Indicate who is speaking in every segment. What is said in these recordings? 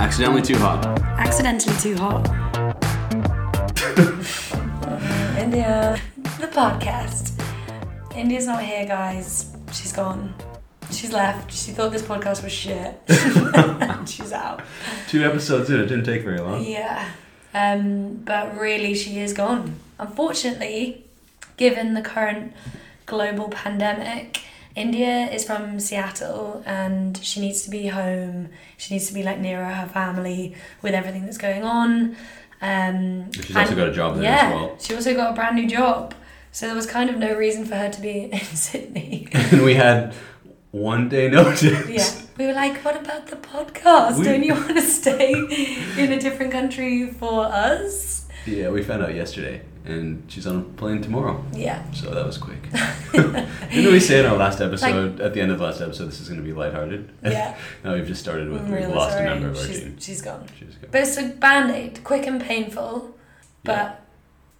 Speaker 1: Accidentally too hot.
Speaker 2: Accidentally too hot.
Speaker 3: India, the podcast. India's not here, guys. She's gone. She's left. She thought this podcast was shit. She's out.
Speaker 4: Two episodes in, it didn't take very long.
Speaker 3: Yeah. Um, but really, she is gone. Unfortunately, given the current global pandemic, India is from Seattle and she needs to be home. She needs to be like nearer her family with everything that's going on. Um,
Speaker 4: She's also
Speaker 3: and-
Speaker 4: got a job there
Speaker 3: yeah,
Speaker 4: as well.
Speaker 3: She also got a brand new job. So there was kind of no reason for her to be in Sydney.
Speaker 4: And we had one day notice.
Speaker 3: Yeah. We were like, what about the podcast?
Speaker 4: We-
Speaker 3: Don't you want to stay in a different country for us?
Speaker 4: Yeah, we found out yesterday, and she's on a plane tomorrow.
Speaker 3: Yeah.
Speaker 4: So that was quick. Didn't we say in our last episode, at the end of the last episode, this is going to be lighthearted?
Speaker 3: Yeah.
Speaker 4: now we've just started with
Speaker 3: I'm
Speaker 4: we've
Speaker 3: really
Speaker 4: lost
Speaker 3: sorry.
Speaker 4: a member of our
Speaker 3: she's,
Speaker 4: team.
Speaker 3: she's gone.
Speaker 4: She's good.
Speaker 3: But uh, it's a band aid, quick and painful. But
Speaker 4: Yeah.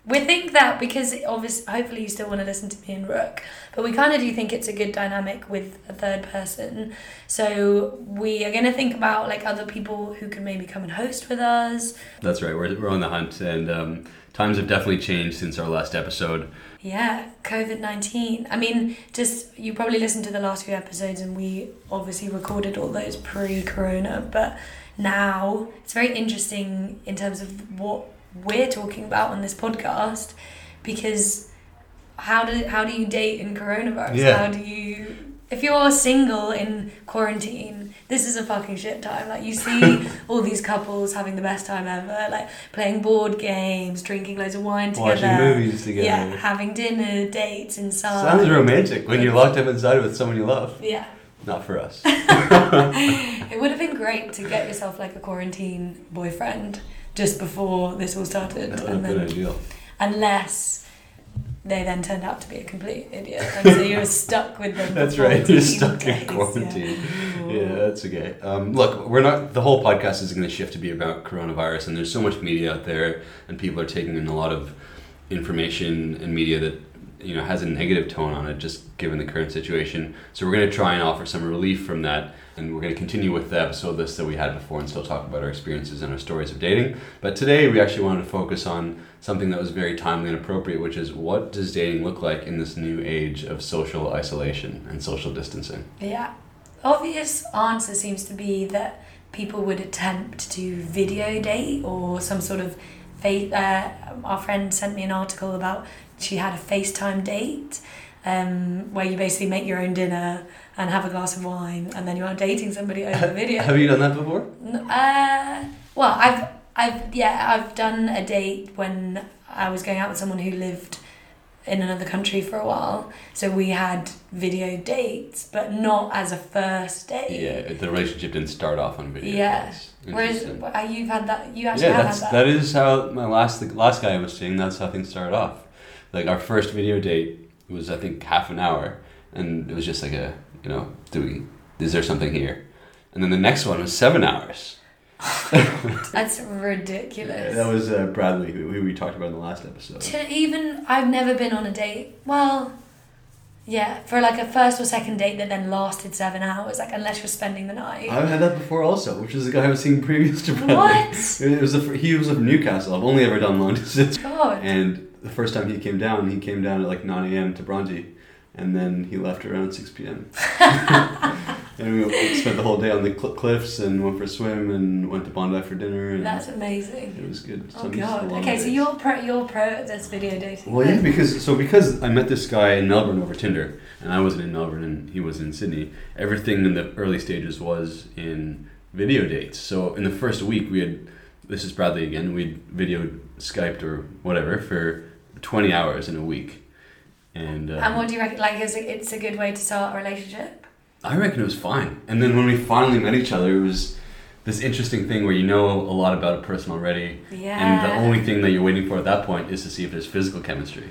Speaker 3: we think that because obviously, hopefully, you still want to listen to me and Rook. But we kind of do think it's a good dynamic with a third person. So we are going to think about like other people who could maybe come and host with us.
Speaker 4: That's right. We're, we're on the hunt, and um, times have definitely changed since our last episode.
Speaker 3: Yeah, COVID 19. I mean, just you probably listened to the last few episodes, and we obviously recorded all those pre corona, but now it's very interesting in terms of what we're talking about on this podcast because how do, how do you date in coronavirus?
Speaker 4: Yeah.
Speaker 3: How do you. If you're single in quarantine, this is a fucking shit time. Like you see all these couples having the best time ever, like playing board games, drinking loads of wine together,
Speaker 4: movies
Speaker 3: yeah, Um, having dinner, dates inside.
Speaker 4: Sounds romantic when you're locked up inside with someone you love.
Speaker 3: Yeah,
Speaker 4: Not for us.
Speaker 3: it would have been great to get yourself like a quarantine boyfriend just before this all started,
Speaker 4: That would
Speaker 3: and
Speaker 4: have been
Speaker 3: then,
Speaker 4: ideal.
Speaker 3: unless they then turned out to be a complete idiot, and so you're stuck with them. for
Speaker 4: That's right. You're
Speaker 3: 14
Speaker 4: stuck
Speaker 3: days,
Speaker 4: in
Speaker 3: yeah.
Speaker 4: quarantine.
Speaker 3: Mm.
Speaker 4: Yeah, that's okay. Um, look, we're not. The whole podcast is going to shift to be about coronavirus, and there's so much media out there, and people are taking in a lot of information and media that you know has a negative tone on it, just given the current situation. So we're going to try and offer some relief from that, and we're going to continue with the episode list that we had before, and still talk about our experiences and our stories of dating. But today, we actually wanted to focus on something that was very timely and appropriate, which is what does dating look like in this new age of social isolation and social distancing?
Speaker 3: Yeah. Obvious answer seems to be that people would attempt to video date or some sort of face. Uh, our friend sent me an article about she had a FaceTime date, um, where you basically make your own dinner and have a glass of wine, and then you are dating somebody over video.
Speaker 4: Have you done that before?
Speaker 3: N- Uh, well, I've, I've, yeah, I've done a date when I was going out with someone who lived in another country for a while. So we had video dates, but not as a first date.
Speaker 4: Yeah, the relationship didn't start off on video.
Speaker 3: Yeah.
Speaker 4: calls.
Speaker 3: Whereas
Speaker 4: Interesting.
Speaker 3: uh, you've had that, you actually
Speaker 4: yeah,
Speaker 3: have
Speaker 4: that's
Speaker 3: had that.
Speaker 4: that is how my last the last guy I was seeing. That's how things started off. Like our first video date was I think half an hour, and it was just like a you know do we is there something here, and then the next one was seven hours.
Speaker 3: That's ridiculous.
Speaker 4: that was uh, Bradley who, who we talked about in the last episode.
Speaker 3: to even I've never been on a date. Well, yeah, for like a first or second date that then lasted seven hours, like unless you're spending the night.
Speaker 4: I've had that before also, which is the guy I was seeing previous to Bradley.
Speaker 3: What?
Speaker 4: It was a, he was from Newcastle. I've only ever done long distance.
Speaker 3: God.
Speaker 4: And the first time he came down, he came down at like 9 a.m. to Bronte, and then he left around 6 p.m. and we spent the whole day on the cl- cliffs and went for a swim and went to Bondi for dinner. And
Speaker 3: That's amazing.
Speaker 4: it was good.
Speaker 3: Oh
Speaker 4: Some- just
Speaker 3: god.
Speaker 4: long
Speaker 3: Okay, so
Speaker 4: days.
Speaker 3: you're pro you're pro at this video dating.
Speaker 4: Well, yeah,
Speaker 3: thing.
Speaker 4: because so because I met this guy in Melbourne over Tinder, and I wasn't in Melbourne, and he was in Sydney. Everything in the early stages was in video dates. So in the first week, we had this is Bradley again. We'd video skyped or whatever for twenty hours in a week, and, uh,
Speaker 3: And what do you reckon? Like, is it, it's a good way to start a relationship?
Speaker 4: I reckon it was fine. And then when we finally met each other, it was this interesting thing where you know a lot about a person already, and the
Speaker 3: Yeah.
Speaker 4: only thing that you're waiting for at that point is to see if there's physical chemistry.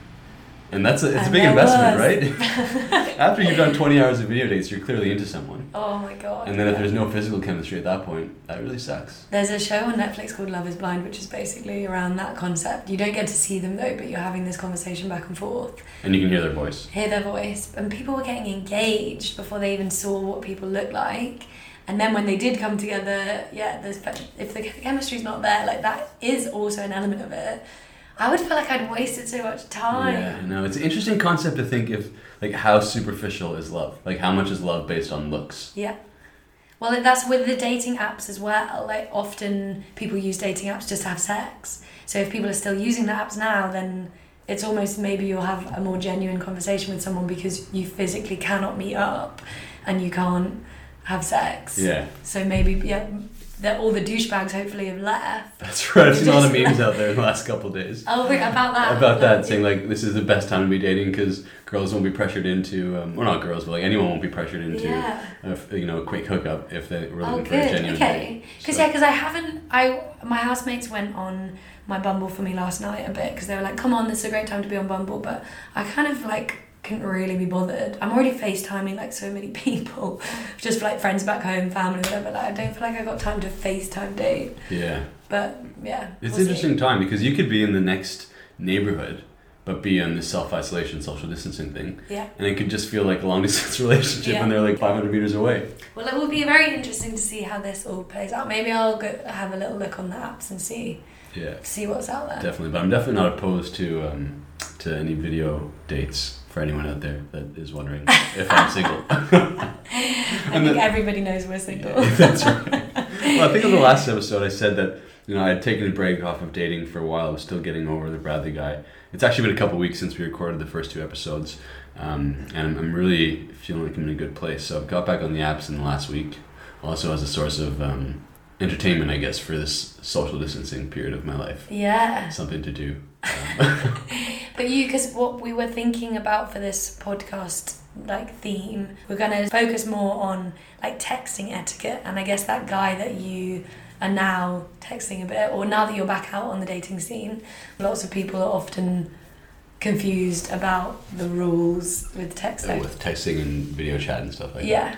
Speaker 4: And that's a, it's a
Speaker 3: And
Speaker 4: big
Speaker 3: there
Speaker 4: investment,
Speaker 3: was.
Speaker 4: right? After you've done 20 hours of video dates, you're clearly into someone.
Speaker 3: oh my god.
Speaker 4: And then if there's no physical chemistry at that point, that really sucks.
Speaker 3: There's a show on Netflix called Love Is Blind, which is basically around that concept. You don't get to see them though, but you're having this conversation back and forth,
Speaker 4: And you can hear their voice.
Speaker 3: hear their voice, and people were getting engaged before they even saw what people look like. And then when they did come together, yeah, there's but if the chemistry's not there, like that is also an element of it. I would feel like I'd wasted so much
Speaker 4: Yeah,
Speaker 3: time.
Speaker 4: no, it's an interesting concept to think if like how superficial is love? Like how much is love based on looks?
Speaker 3: Yeah. Well, that's with the dating apps as well. Like often people use dating apps just to have sex. So if people are still using the apps now, then it's almost maybe you'll have a more genuine conversation with someone because you physically cannot meet up and you can't have sex.
Speaker 4: Yeah,
Speaker 3: So maybe yeah, that all the douchebags hopefully have left.
Speaker 4: that's right. There's a lot of memes out there in the last couple of days
Speaker 3: Oh, wait, about that.
Speaker 4: about that saying like this is the best time to be dating because girls won't be pressured into um, or not girls but like anyone won't be pressured into
Speaker 3: Yeah.
Speaker 4: a f- you know a quick hookup if they're really
Speaker 3: Oh,
Speaker 4: for a
Speaker 3: good.
Speaker 4: genuine
Speaker 3: Okay.
Speaker 4: date.
Speaker 3: Because
Speaker 4: So-
Speaker 3: yeah, because I haven't. I my housemates went on my Bumble for me last night a bit because they were like, "Come on, this is a great time to be on Bumble," but I kind of like couldn't really be bothered. I'm already FaceTiming like so many people, just like friends back home, family, whatever. Like I don't feel like I got time to FaceTime date.
Speaker 4: yeah.
Speaker 3: But yeah,
Speaker 4: It's
Speaker 3: we'll see.
Speaker 4: interesting time because you could be in the next neighborhood, but be on this self isolation, social distancing thing,
Speaker 3: Yeah.
Speaker 4: and it could just feel like a long distance relationship,
Speaker 3: Yeah.
Speaker 4: and they're like 500 meters away.
Speaker 3: Well, it will be very interesting to see how this all plays out. Maybe I'll go have a little look on the apps and see
Speaker 4: Yeah,
Speaker 3: see what's out there.
Speaker 4: definitely. But I'm definitely not opposed to um, to any video dates for anyone out there that is wondering if I'm single.
Speaker 3: I
Speaker 4: And
Speaker 3: think
Speaker 4: the-
Speaker 3: everybody knows we're single.
Speaker 4: Yeah, that's right. Well, I think on the last episode I said that you know I had taken a break off of dating for a while. I was still getting over the Bradley guy. It's actually been a couple weeks since we recorded the first two episodes, um, and I'm, I'm really feeling like I'm in a good place. So I've got back on the apps in the last week, also as a source of um, entertainment, I guess, for this social distancing period of my life.
Speaker 3: Yeah.
Speaker 4: Something to do.
Speaker 3: But you, because what we were thinking about for this podcast like theme, we're gonna focus more on like texting etiquette, and I guess that guy that you are now texting a bit, or now that you're back out on the dating scene, lots of people are often confused about the rules with
Speaker 4: uh,
Speaker 3: texting.
Speaker 4: with texting and video chat and stuff like that.
Speaker 3: yeah,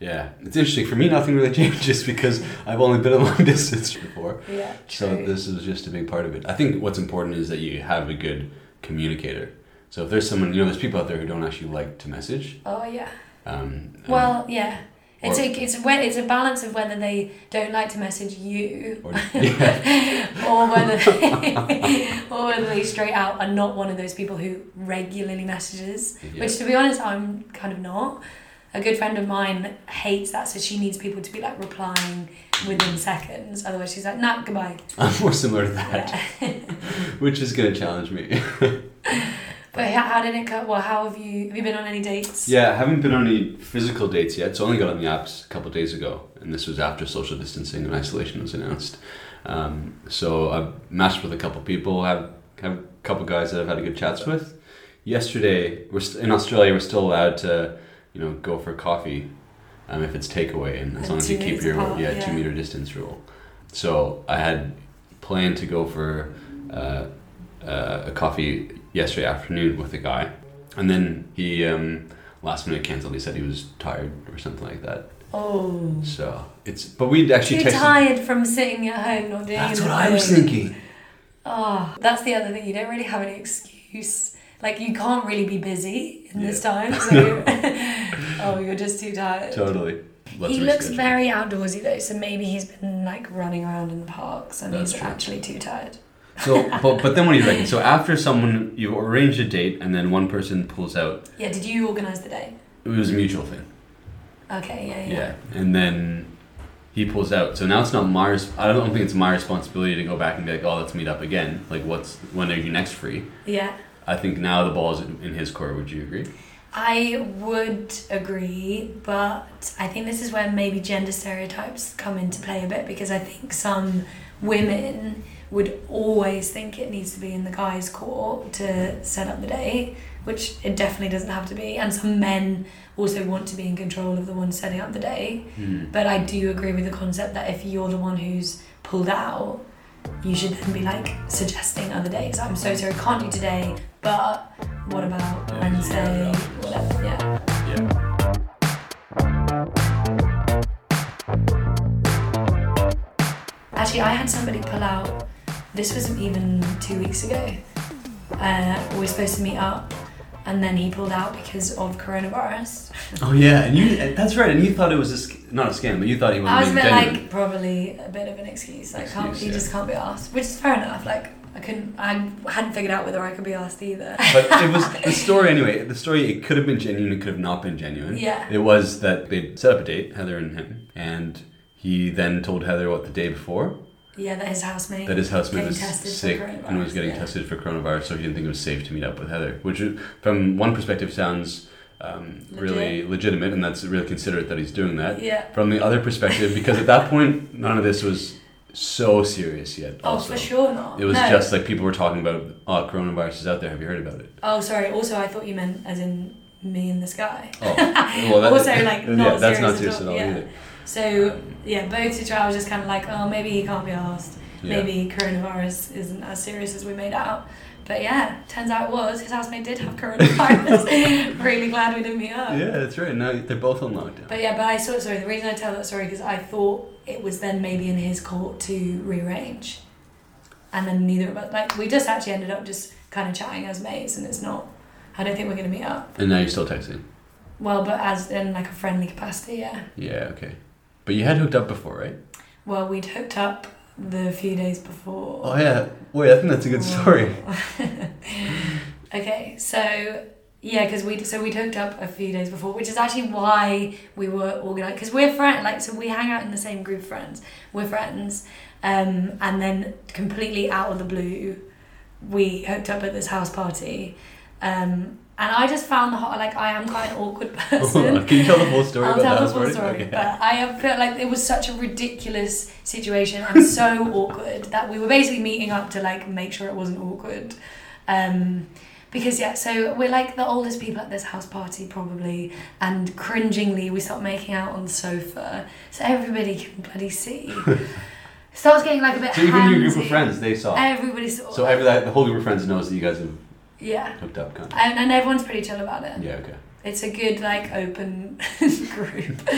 Speaker 4: Yeah. It's interesting. For me, nothing really changes because I've only been a long distance before.
Speaker 3: yeah.
Speaker 4: So
Speaker 3: true.
Speaker 4: this is just a big part of it. I think what's important is that you have a good communicator. So if there's someone, you know, there's people out there who don't actually like to message.
Speaker 3: oh yeah.
Speaker 4: Um, um,
Speaker 3: Well, yeah. It's
Speaker 4: Or-
Speaker 3: a, it's, a, it's a balance of whether they don't like to message you
Speaker 4: or, yeah,
Speaker 3: or whether they, or whether they straight out are not one of those people who regularly messages.
Speaker 4: yeah,
Speaker 3: Which, to be honest, I'm kind of not. A good friend of mine hates that, so she needs people to be like replying
Speaker 4: Mm.
Speaker 3: within seconds. Otherwise, she's like, "Nah, goodbye."
Speaker 4: I'm more similar to that,
Speaker 3: Yeah.
Speaker 4: which is gonna challenge me.
Speaker 3: But how, how did it cut? Well, how have you have you been on any dates?
Speaker 4: yeah, I haven't been on any physical dates yet, so I only got on the apps a couple days ago, and this was after social distancing and isolation was announced. Um, so I've matched with a couple people. Have have a couple guys that I've had good chats with. yesterday we're st- in Australia we're still allowed to you know go for coffee um, if it's takeaway and as
Speaker 3: And
Speaker 4: long as
Speaker 3: two
Speaker 4: you keep
Speaker 3: meters
Speaker 4: your
Speaker 3: apart,
Speaker 4: yeah, two
Speaker 3: yeah.
Speaker 4: meter distance rule so I had planned to go for uh, uh, a coffee yesterday afternoon with a guy and then he um, last minute cancelled he said he was tired or something like that
Speaker 3: Oh,
Speaker 4: so it's but we'd actually
Speaker 3: too
Speaker 4: texted
Speaker 3: tired from sitting at home not doing
Speaker 4: that's
Speaker 3: anything.
Speaker 4: what I was thinking
Speaker 3: Oh, that's the other thing. You don't really have any excuse. Like you can't really be busy in this time. So oh, you're just too tired.
Speaker 4: totally Let's
Speaker 3: he looks
Speaker 4: reschedule.
Speaker 3: very outdoorsy though, so maybe he's been like running around in the parks and
Speaker 4: That's
Speaker 3: he's
Speaker 4: true.
Speaker 3: actually too tired.
Speaker 4: So, but, but then what do you reckon? So after someone you arrange a date and then one person pulls out,
Speaker 3: Yeah, did you organise the day?
Speaker 4: it was a mutual thing.
Speaker 3: Okay, yeah, yeah.
Speaker 4: Yeah, and then he pulls out. So now it's not my. res- I don't think it's my responsibility to go back and be like, oh, let's meet up again. Like, what's when are you next free?
Speaker 3: Yeah.
Speaker 4: I think now the ball is in in his court. Would you agree?
Speaker 3: I would agree, but I think this is where maybe gender stereotypes come into play a bit because I think some women would always think it needs to be in the guy's court to set up the date, which it definitely doesn't have to be. And some men also want to be in control of the one setting up the day. But I do agree with the concept that if you're the one who's pulled out, you should then be like suggesting other days. I'm so sorry, can't do today, but what about
Speaker 4: Yeah,
Speaker 3: Wednesday?
Speaker 4: yeah.
Speaker 3: Whatever, yeah.
Speaker 4: Yeah.
Speaker 3: Actually, I had somebody pull out, this was even two weeks ago. Uh, we were supposed to meet up, and then he pulled out because of coronavirus.
Speaker 4: Oh yeah, and you. That's right. And you thought it was this not a scam, but you thought he
Speaker 3: I was a
Speaker 4: wasn't
Speaker 3: bit
Speaker 4: being genuine.
Speaker 3: like probably a bit of an excuse. Like can't
Speaker 4: Excuse,
Speaker 3: you
Speaker 4: yeah.
Speaker 3: just can't be asked, which is fair enough. Like I couldn't, I hadn't figured out whether I could be asked either.
Speaker 4: but it was the story anyway. The story it could have been genuine, it could have not been genuine.
Speaker 3: Yeah.
Speaker 4: It was that they would set up a date, Heather and him, and he then told Heather what the day before
Speaker 3: yeah, that his housemate.
Speaker 4: that his housemate
Speaker 3: Getting
Speaker 4: was
Speaker 3: tested for
Speaker 4: sick and was
Speaker 3: coronavirus,
Speaker 4: getting
Speaker 3: yeah.
Speaker 4: tested for coronavirus, so he didn't think it was safe to meet up with Heather, which is- from one perspective sounds um, really legitimate, and that's really considerate that he's doing that.
Speaker 3: yeah.
Speaker 4: From the other perspective, because at that point none of this was so serious yet.
Speaker 3: Oh,
Speaker 4: Also.
Speaker 3: for sure not.
Speaker 4: It was
Speaker 3: No.
Speaker 4: just like people were talking about, oh, coronavirus is out there. Have you heard about it?
Speaker 3: Oh, sorry. Also, I thought you meant as in me and this guy.
Speaker 4: Oh, well, that,
Speaker 3: Also, like,
Speaker 4: yeah,
Speaker 3: not
Speaker 4: that's not serious
Speaker 3: serious at
Speaker 4: at all
Speaker 3: all, yeah.
Speaker 4: either. Um,
Speaker 3: So yeah, both situations I was just kind of like, oh, maybe he can't be asked.
Speaker 4: Yeah.
Speaker 3: Maybe coronavirus isn't as serious as we made out. But yeah, turns out it was. His housemate did have coronavirus. really glad we didn't meet up.
Speaker 4: Yeah, that's right. Now they're both on lockdown.
Speaker 3: But yeah, but I saw. Sorry, the reason I tell that story because I thought it was then maybe in his court to rearrange, and then neither of us like we just actually ended up just kind of chatting as mates, and it's not. I don't think we're gonna meet up.
Speaker 4: And now you're still texting.
Speaker 3: Well, but as in like a friendly capacity, yeah.
Speaker 4: Yeah, okay. But you had hooked up before, right?
Speaker 3: Well, we'd hooked up the few days before.
Speaker 4: Oh yeah. Wait, I think that's a good story.
Speaker 3: okay, so yeah, because we so we hooked up a few days before, which is actually why we were organized. Because we're friends, like so we hang out in the same group of friends. We're friends, um, and then completely out of the blue, we hooked up at this house party, um, and I just found the whole like I am quite an awkward
Speaker 4: Hold
Speaker 3: person.
Speaker 4: on, Can you tell the whole story
Speaker 3: I'll
Speaker 4: about
Speaker 3: tell
Speaker 4: that
Speaker 3: the full
Speaker 4: story?
Speaker 3: story,
Speaker 4: Okay.
Speaker 3: but I have felt like it was such a ridiculous situation and so awkward that we were basically meeting up to like make sure it wasn't awkward. Um, because yeah, so we're like the oldest people at this house party probably, and cringingly we start making out on the sofa so everybody can bloody see. Starts getting like a bit.
Speaker 4: So even your group of
Speaker 3: handsy.
Speaker 4: friends, they saw.
Speaker 3: Everybody saw.
Speaker 4: So every that the whole group of friends knows that you guys have
Speaker 3: yeah,
Speaker 4: hooked up, kind of.
Speaker 3: and, and everyone's pretty chill about it.
Speaker 4: Yeah. Okay.
Speaker 3: It's a good like open group.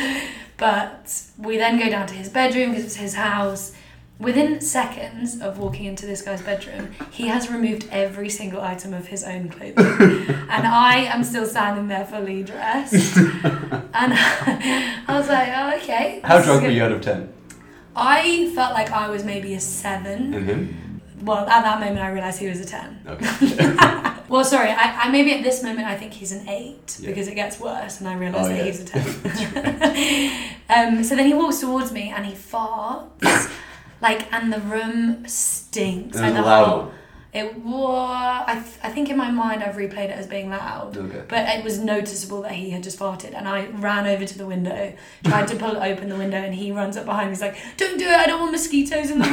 Speaker 3: But we then go down to his bedroom because it's his house. Within seconds of walking into this guy's bedroom, he has removed every single item of his own clothing. and I am still standing there fully dressed. and I was like, oh, okay.
Speaker 4: How
Speaker 3: this is
Speaker 4: drunk were
Speaker 3: good."
Speaker 4: you out of ten?
Speaker 3: I felt like I was maybe a seven.
Speaker 4: And him?
Speaker 3: Well, at that moment, I realised he was a 10.
Speaker 4: Okay.
Speaker 3: Well, sorry, I, I maybe at this moment I think he's an eight
Speaker 4: Yeah.
Speaker 3: because it gets worse, and I realise
Speaker 4: Oh,
Speaker 3: that
Speaker 4: yeah.
Speaker 3: he's a ten. um, so then he walks towards me and he farts, like, and the room stinks.
Speaker 4: It
Speaker 3: like
Speaker 4: was a
Speaker 3: the
Speaker 4: loud
Speaker 3: whole-
Speaker 4: one.
Speaker 3: It was. I, th- I think in my mind I've replayed it as being loud.
Speaker 4: Okay.
Speaker 3: But it was noticeable that he had just farted, and I ran over to the window, tried to pull open the window, and he runs up behind me. He's like, "Don't do it! I don't want mosquitoes in the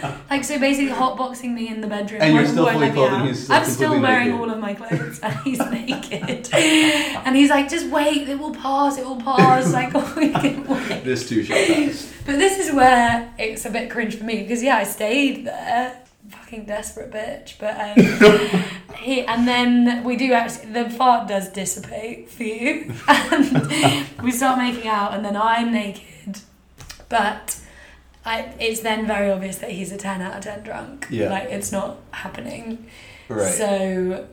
Speaker 3: room." like so, basically hotboxing me in the bedroom.
Speaker 4: And you're
Speaker 3: won't-
Speaker 4: still
Speaker 3: won't
Speaker 4: fully
Speaker 3: let me
Speaker 4: clothed and
Speaker 3: out.
Speaker 4: he's still
Speaker 3: I'm still
Speaker 4: completely
Speaker 3: wearing
Speaker 4: naked.
Speaker 3: all of my clothes, and he's naked. and he's like, "Just wait! It will pass! It will pass!" Like "Oh, we can wait.
Speaker 4: This too shall pass.
Speaker 3: But this is where it's a bit cringe for me because yeah, I stayed there, fucking desperate bitch. But um, he and then we do actually the fart does dissipate for you, and we start making out, and then I'm naked, but. I, it's then very obvious that he's a 10 out of 10 drunk.
Speaker 4: Yeah.
Speaker 3: Like, it's not happening.
Speaker 4: Right.
Speaker 3: So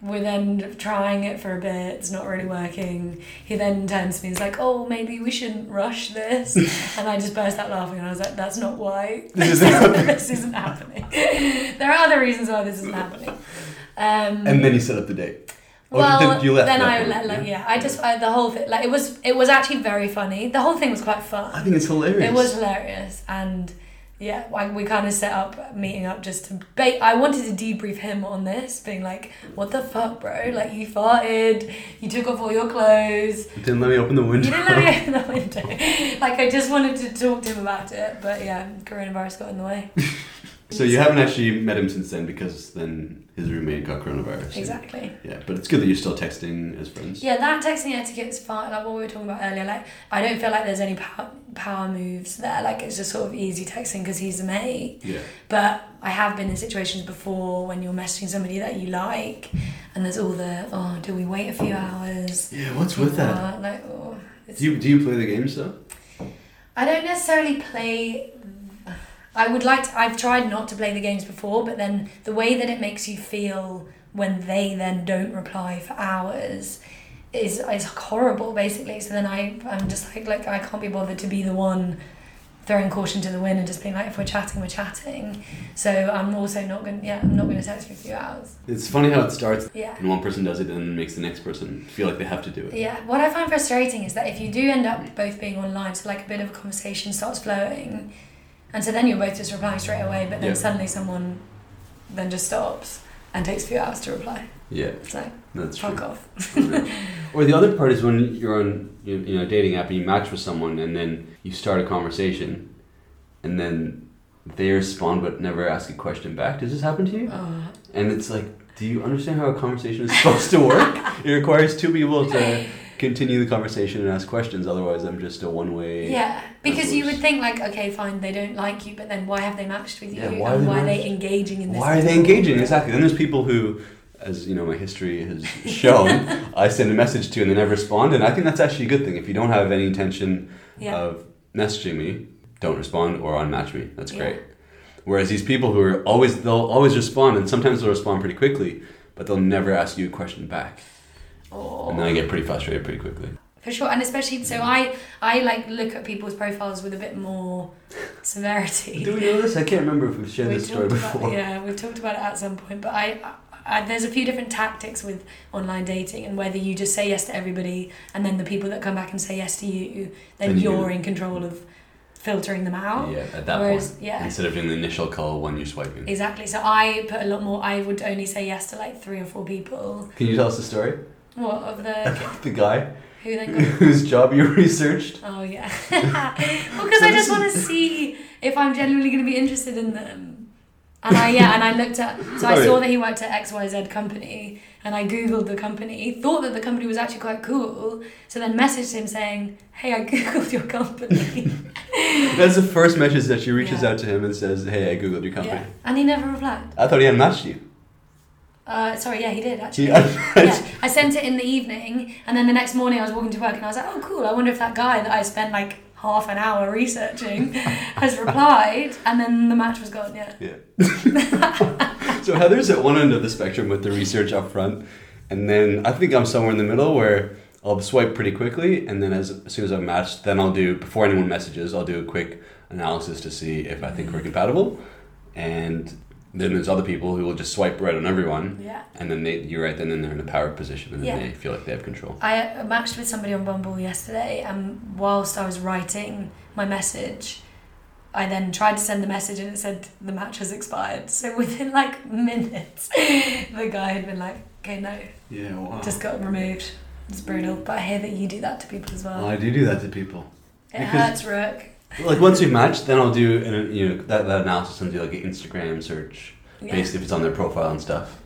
Speaker 3: we're then trying it for a bit, it's not really working. He then turns to me and is like, Oh, maybe we shouldn't rush this. and I just burst out laughing and I was like, That's not why.
Speaker 4: This
Speaker 3: This,
Speaker 4: isn't
Speaker 3: isn't, this isn't happening. there are other reasons why this isn't happening. Um,
Speaker 4: and then he set up the date. Oh,
Speaker 3: well,
Speaker 4: then you left
Speaker 3: then
Speaker 4: that
Speaker 3: I
Speaker 4: one,
Speaker 3: let, like,
Speaker 4: yeah?
Speaker 3: yeah, I just I, the whole thing like it was it was actually very funny. The whole thing was quite fun.
Speaker 4: I think it's hilarious.
Speaker 3: It was hilarious, and yeah, like we kind of set up meeting up just to. Ba- I wanted to debrief him on this, being like, "What the fuck, bro? Like you farted, you took off all your clothes,
Speaker 4: Didn't let me open the
Speaker 3: you
Speaker 4: window.
Speaker 3: didn't let me open the window." Like I just wanted to talk to him about it, but yeah, coronavirus got in the way.
Speaker 4: So you haven't actually met him since then because then his roommate got coronavirus.
Speaker 3: exactly.
Speaker 4: Yeah, but it's good that you're still texting as friends.
Speaker 3: Yeah, that texting etiquette is fine. Like what we were talking about earlier, like I don't feel like there's any power, power moves there. Like it's just sort of easy texting because he's a mate.
Speaker 4: Yeah.
Speaker 3: But I have been in situations before when you're messaging somebody that you like, and there's all the oh, do we wait a few hours?
Speaker 4: Yeah, what's with that?
Speaker 3: Uh, Like, oh, it's,
Speaker 4: Do you, do you play the games though?
Speaker 3: I don't necessarily play. I would like. To, I've tried not to play the games before, but then the way that it makes you feel when they then don't reply for hours is is horrible basically. So then I I'm just like look I can't be bothered to be the one throwing caution to the wind and just being like if we're chatting we're chatting. So I'm also not gonna yeah I'm not gonna text for a few hours.
Speaker 4: It's funny how it starts
Speaker 3: Yeah.
Speaker 4: and one person does it and then makes the next person feel like they have to do it.
Speaker 3: Yeah, what I find frustrating is that if you do end up both being online, so like a bit of a conversation starts flowing, and so then you're both just replying straight away, but then
Speaker 4: Yeah.
Speaker 3: suddenly someone then just stops and takes a few hours to reply.
Speaker 4: Yeah,
Speaker 3: It's like,
Speaker 4: that's true.
Speaker 3: fuck off.
Speaker 4: or the other part is when you're on you you know a dating app and you match with someone and then you start a conversation, and then they respond but never ask a question back. Does this happen to you?
Speaker 3: Oh,
Speaker 4: And it's like, do you understand how a conversation is supposed to work? it requires two people to continue the conversation and ask questions. Otherwise, I'm just a one way.
Speaker 3: yeah, because you would
Speaker 4: worse.
Speaker 3: think, like, okay, fine, they don't like you, but then why have they matched with you?
Speaker 4: Yeah, why are
Speaker 3: and
Speaker 4: they
Speaker 3: why are they
Speaker 4: matched?
Speaker 3: engaging in this?
Speaker 4: Why are they engaging? Exactly. Then there's people who, as you know, my history has shown, I send a message to and they never respond. And I think that's actually a good thing. If you don't have any intention
Speaker 3: Yeah.
Speaker 4: of messaging me, don't respond or unmatch me. That's
Speaker 3: Yeah.
Speaker 4: great. Whereas these people who are always, they'll always respond and sometimes they'll respond pretty quickly, but they'll never ask you a question back.
Speaker 3: Oh.
Speaker 4: And then I get pretty frustrated pretty quickly.
Speaker 3: for sure and especially so i i like look at people's profiles with a bit more severity
Speaker 4: Do we know this? I can't remember if we've shared
Speaker 3: We
Speaker 4: this story
Speaker 3: talked about-
Speaker 4: before.
Speaker 3: yeah, we've talked about it at some point, but I, I, there's a few different tactics with online dating, and whether you just say yes to everybody, and then the people that come back and say yes to you, then
Speaker 4: Then you-
Speaker 3: you're in control of filtering them out.
Speaker 4: Yeah, at that Mm.
Speaker 3: Whereas,
Speaker 4: point.
Speaker 3: yeah,
Speaker 4: Instead of doing the initial call when you're swiping.
Speaker 3: exactly. So I put a lot more. I would only say yes to like three or four people.
Speaker 4: Can you tell us the story?
Speaker 3: What of the
Speaker 4: The guy
Speaker 3: who then got?
Speaker 4: whose job you researched?
Speaker 3: Oh yeah, because
Speaker 4: So
Speaker 3: I
Speaker 4: this
Speaker 3: just want to see if I'm genuinely going to be interested in them. And I yeah, and I looked at so I
Speaker 4: Oh,
Speaker 3: saw
Speaker 4: yeah.
Speaker 3: that he worked at XYZ company, and I googled the company, thought that the company was actually quite cool, so then messaged him saying, "Hey, I googled your company."
Speaker 4: That's the first message that she reaches
Speaker 3: Yeah.
Speaker 4: out to him and says, Hey, I Googled your company.
Speaker 3: yeah, and he never replied.
Speaker 4: I thought he had matched you.
Speaker 3: Uh, sorry, yeah, he did actually.
Speaker 4: He
Speaker 3: Yeah.
Speaker 4: unmatched-
Speaker 3: I sent it in the evening, and then the next morning I was walking to work, and I was like, "Oh, cool! I wonder if that guy that I spent like half an hour researching has replied." And then the match was gone. Yeah.
Speaker 4: So Heather's at one end of the spectrum with the research up front, and then I think I'm somewhere in the middle where I'll swipe pretty quickly, and then as, as soon as I'm matched, then I'll do before anyone messages, I'll do a quick analysis to see if I think we're compatible, and then there's other people who will just swipe right on everyone,
Speaker 3: Yeah.
Speaker 4: and then they you're right, then then they're in a power position, and then
Speaker 3: Yeah.
Speaker 4: they feel like they have control.
Speaker 3: I matched with somebody on Bumble yesterday, and whilst I was writing my message, I then tried to send the message and it said the match has expired. So within like minutes, the guy had been like, okay, no,
Speaker 4: Yeah, wow.
Speaker 3: just got removed. It's brutal. But I hear that you do that to people as well.
Speaker 4: I do do that to people.
Speaker 3: It
Speaker 4: because-
Speaker 3: hurts, Rook.
Speaker 4: Like once we match, then I'll do an, you know that, that analysis and do like an Instagram search.
Speaker 3: Yeah.
Speaker 4: basically if it's on their profile and stuff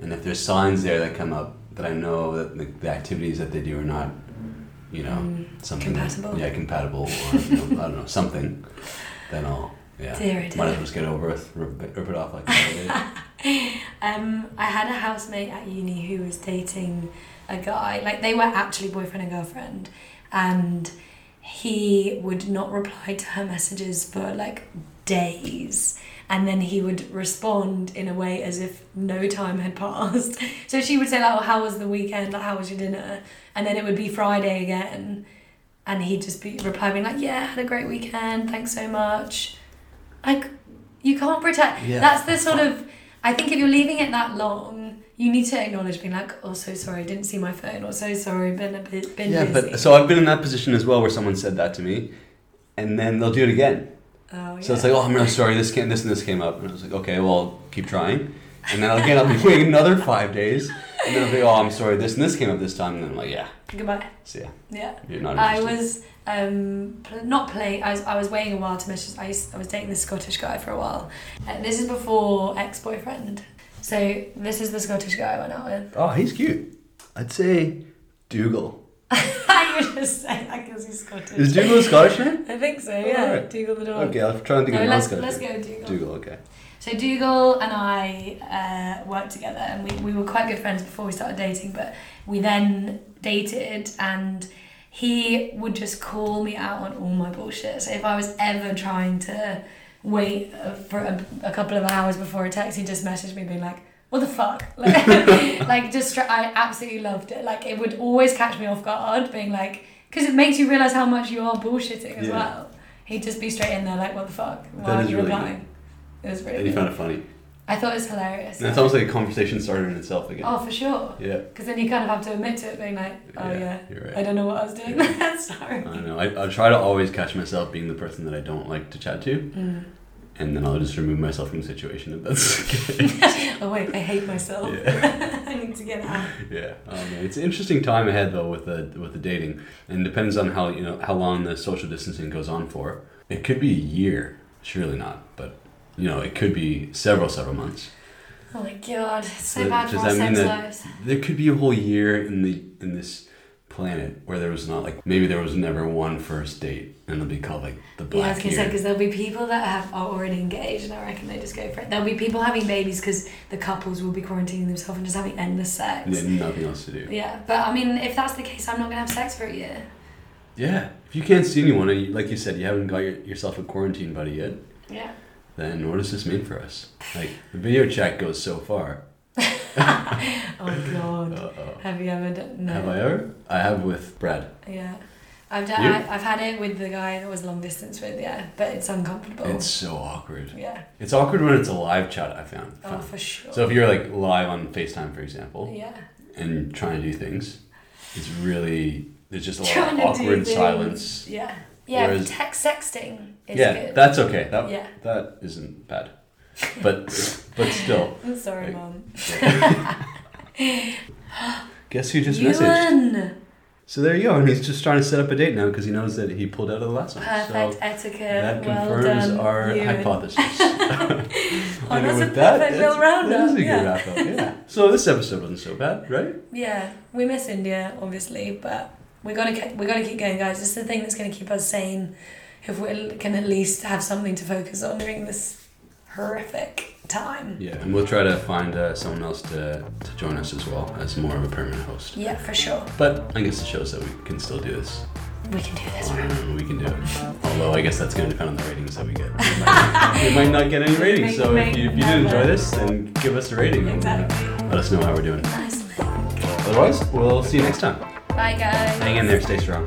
Speaker 4: and if there's signs there that come up that i know that the, the activities that they do are not you know
Speaker 3: Mm.
Speaker 4: something that-
Speaker 3: compatible.
Speaker 4: yeah compatible or you know, i don't know something then i'll yeah
Speaker 3: Dear, oh
Speaker 4: might as
Speaker 3: dear.
Speaker 4: well just get over it rip, it- rip it off like that
Speaker 3: Um, I had a housemate at uni who was dating a guy. Like they were actually boyfriend and girlfriend, and he would not reply to her messages for like days, and then he would respond in a way as if no time had passed. So she would say like, "Oh, how was the weekend? Like, how was your dinner?" And then it would be Friday again, and he'd just be replying like, "Yeah, had a great weekend. Thanks so much." Like, you can't protect.
Speaker 4: Yeah.
Speaker 3: That's the sort of I think if you're leaving it that long, you need to acknowledge being like, oh, so sorry, didn't see my phone, or so sorry, been a bit, been
Speaker 4: yeah
Speaker 3: busy. Oh,
Speaker 4: but so i've been in that position as well where someone said that to me and then they'll do it again
Speaker 3: oh,
Speaker 4: so it's
Speaker 3: yeah.
Speaker 4: like oh i'm really sorry this came this and this came up and i was like okay well keep trying and then again i'll be waiting another five days and then i'll be oh i'm sorry this and this came up this time and then i'm like yeah
Speaker 3: goodbye.
Speaker 4: see ya
Speaker 3: Yeah,
Speaker 4: you're not
Speaker 3: I
Speaker 4: interested.
Speaker 3: was um pl- not playing. I was I was waiting a while to message. I used, I was dating this Scottish guy for a while. Uh, this is before ex boyfriend. So this is the Scottish guy I went out with.
Speaker 4: Oh, he's cute. I'd say Dougal.
Speaker 3: you just say that because he's Scottish.
Speaker 4: Is Dougal a Scottish name?
Speaker 3: I think so.
Speaker 4: Oh,
Speaker 3: Yeah,
Speaker 4: alright.
Speaker 3: Dougal the dog.
Speaker 4: Okay, I'll try and think
Speaker 3: No,
Speaker 4: of
Speaker 3: let's,
Speaker 4: Scottish.
Speaker 3: let's
Speaker 4: name.
Speaker 3: go Dougal.
Speaker 4: Dougal, okay.
Speaker 3: So Dougal and I uh, worked together, and we, we were quite good friends before we started dating. But we then dated, and he would just call me out on all my bullshit. So if I was ever trying to wait uh, for a, a couple of hours before a text, he just messaged me being like, what the fuck? Like, like just stra- I absolutely loved it. Like it would always catch me off guard, being like, because it makes you realize how much you are bullshitting as
Speaker 4: Yeah.
Speaker 3: well. He'd just be straight in there like, what the fuck?
Speaker 4: That
Speaker 3: Why are
Speaker 4: is
Speaker 3: you
Speaker 4: really
Speaker 3: replying? It was really.
Speaker 4: And you
Speaker 3: good.
Speaker 4: found it funny.
Speaker 3: I thought it was hilarious.
Speaker 4: And it's almost like a conversation starter in itself again.
Speaker 3: oh, for sure.
Speaker 4: Yeah.
Speaker 3: Because then you kind of have to admit to it, being like, oh yeah,
Speaker 4: You're
Speaker 3: I
Speaker 4: right.
Speaker 3: don't know what I was doing.
Speaker 4: Yeah.
Speaker 3: there. Sorry.
Speaker 4: I don't know. I, I try to always catch myself being the person that I don't like to chat to,
Speaker 3: Mm.
Speaker 4: and then I'll just remove myself from the situation if that's okay.
Speaker 3: Oh wait, I hate myself. I need to get out.
Speaker 4: yeah, oh, man. it's an interesting time ahead though with the with the dating, and depends on how you know how long the social distancing goes on for. It could be a year, surely not, but you know it could be several several months.
Speaker 3: Oh my god, it's so
Speaker 4: So
Speaker 3: bad for
Speaker 4: does
Speaker 3: our
Speaker 4: that mean
Speaker 3: sex
Speaker 4: that-
Speaker 3: lives.
Speaker 4: There could be a whole year in the in this planet where there was not like maybe there was never one first date, and it'll be called like the
Speaker 3: Yeah, I was
Speaker 4: black
Speaker 3: gonna say
Speaker 4: year.
Speaker 3: because there'll be people that have are already engaged, and I reckon they just go for it. There'll be people having babies because the couples will be quarantining themselves and just having endless sex.
Speaker 4: And then nothing else to do.
Speaker 3: Yeah, but I mean, if that's the case, I'm not gonna have sex for a year.
Speaker 4: Yeah, if you can't see anyone, and you, like you said, you haven't got your, yourself a quarantine buddy yet.
Speaker 3: Yeah.
Speaker 4: Then what does this mean for us? Like the video chat goes so far.
Speaker 3: Oh god.
Speaker 4: Uh-oh.
Speaker 3: Have you ever done? No.
Speaker 4: Have I ever? I have with Brad.
Speaker 3: Yeah. I've done.
Speaker 4: You?
Speaker 3: I, I've had it with the guy that was long distance with. Yeah, but it's uncomfortable.
Speaker 4: It's so awkward.
Speaker 3: yeah.
Speaker 4: It's awkward when it's a live chat. I found.
Speaker 3: Oh, for sure.
Speaker 4: So if you're like live on Facetime, for example,
Speaker 3: yeah.
Speaker 4: and trying to do things, it's really there's just a lot
Speaker 3: Trying
Speaker 4: of
Speaker 3: to do
Speaker 4: awkward
Speaker 3: things.
Speaker 4: silence.
Speaker 3: Yeah. Yeah.
Speaker 4: Whereas-
Speaker 3: text sexting is
Speaker 4: yeah,
Speaker 3: good.
Speaker 4: that's okay. That
Speaker 3: yeah.
Speaker 4: that isn't bad, but but still.
Speaker 3: I'm sorry,
Speaker 4: Like,
Speaker 3: mum.
Speaker 4: Guess who just messaged?
Speaker 3: Ewan.
Speaker 4: So there you go, and he's just trying to set up a date now because he knows that he pulled out of the last one.
Speaker 3: Perfect
Speaker 4: So
Speaker 3: etiquette.
Speaker 4: that
Speaker 3: well
Speaker 4: confirms
Speaker 3: done,
Speaker 4: our
Speaker 3: Ewan.
Speaker 4: hypothesis.
Speaker 3: Oh,
Speaker 4: And
Speaker 3: that's a
Speaker 4: with that,
Speaker 3: perfect little
Speaker 4: that's-
Speaker 3: roundup.
Speaker 4: That is a
Speaker 3: yeah.
Speaker 4: good wrap up. Yeah. so this episode wasn't so bad, right?
Speaker 3: yeah, we miss India obviously, but we gotta ke- we gotta keep going, guys. It's the thing that's gonna keep us sane. If we l- can at least have something to focus on during this horrific time.
Speaker 4: Yeah, and we'll try to find uh, someone else to, to join us as well as more of a permanent host.
Speaker 3: Yeah, for sure.
Speaker 4: But I guess it shows that we can still do this.
Speaker 3: We can do this. right?
Speaker 4: Um, we can do it. Although I guess that's going to depend on the ratings that we get. We might, we might not get any ratings, so if you, if you did enjoy this, then give us a rating and uh,
Speaker 3: Exactly.
Speaker 4: let us know how we're doing.
Speaker 3: Nice.
Speaker 4: Otherwise, we'll see you next time.
Speaker 3: Bye, guys.
Speaker 4: Hang in there, stay strong.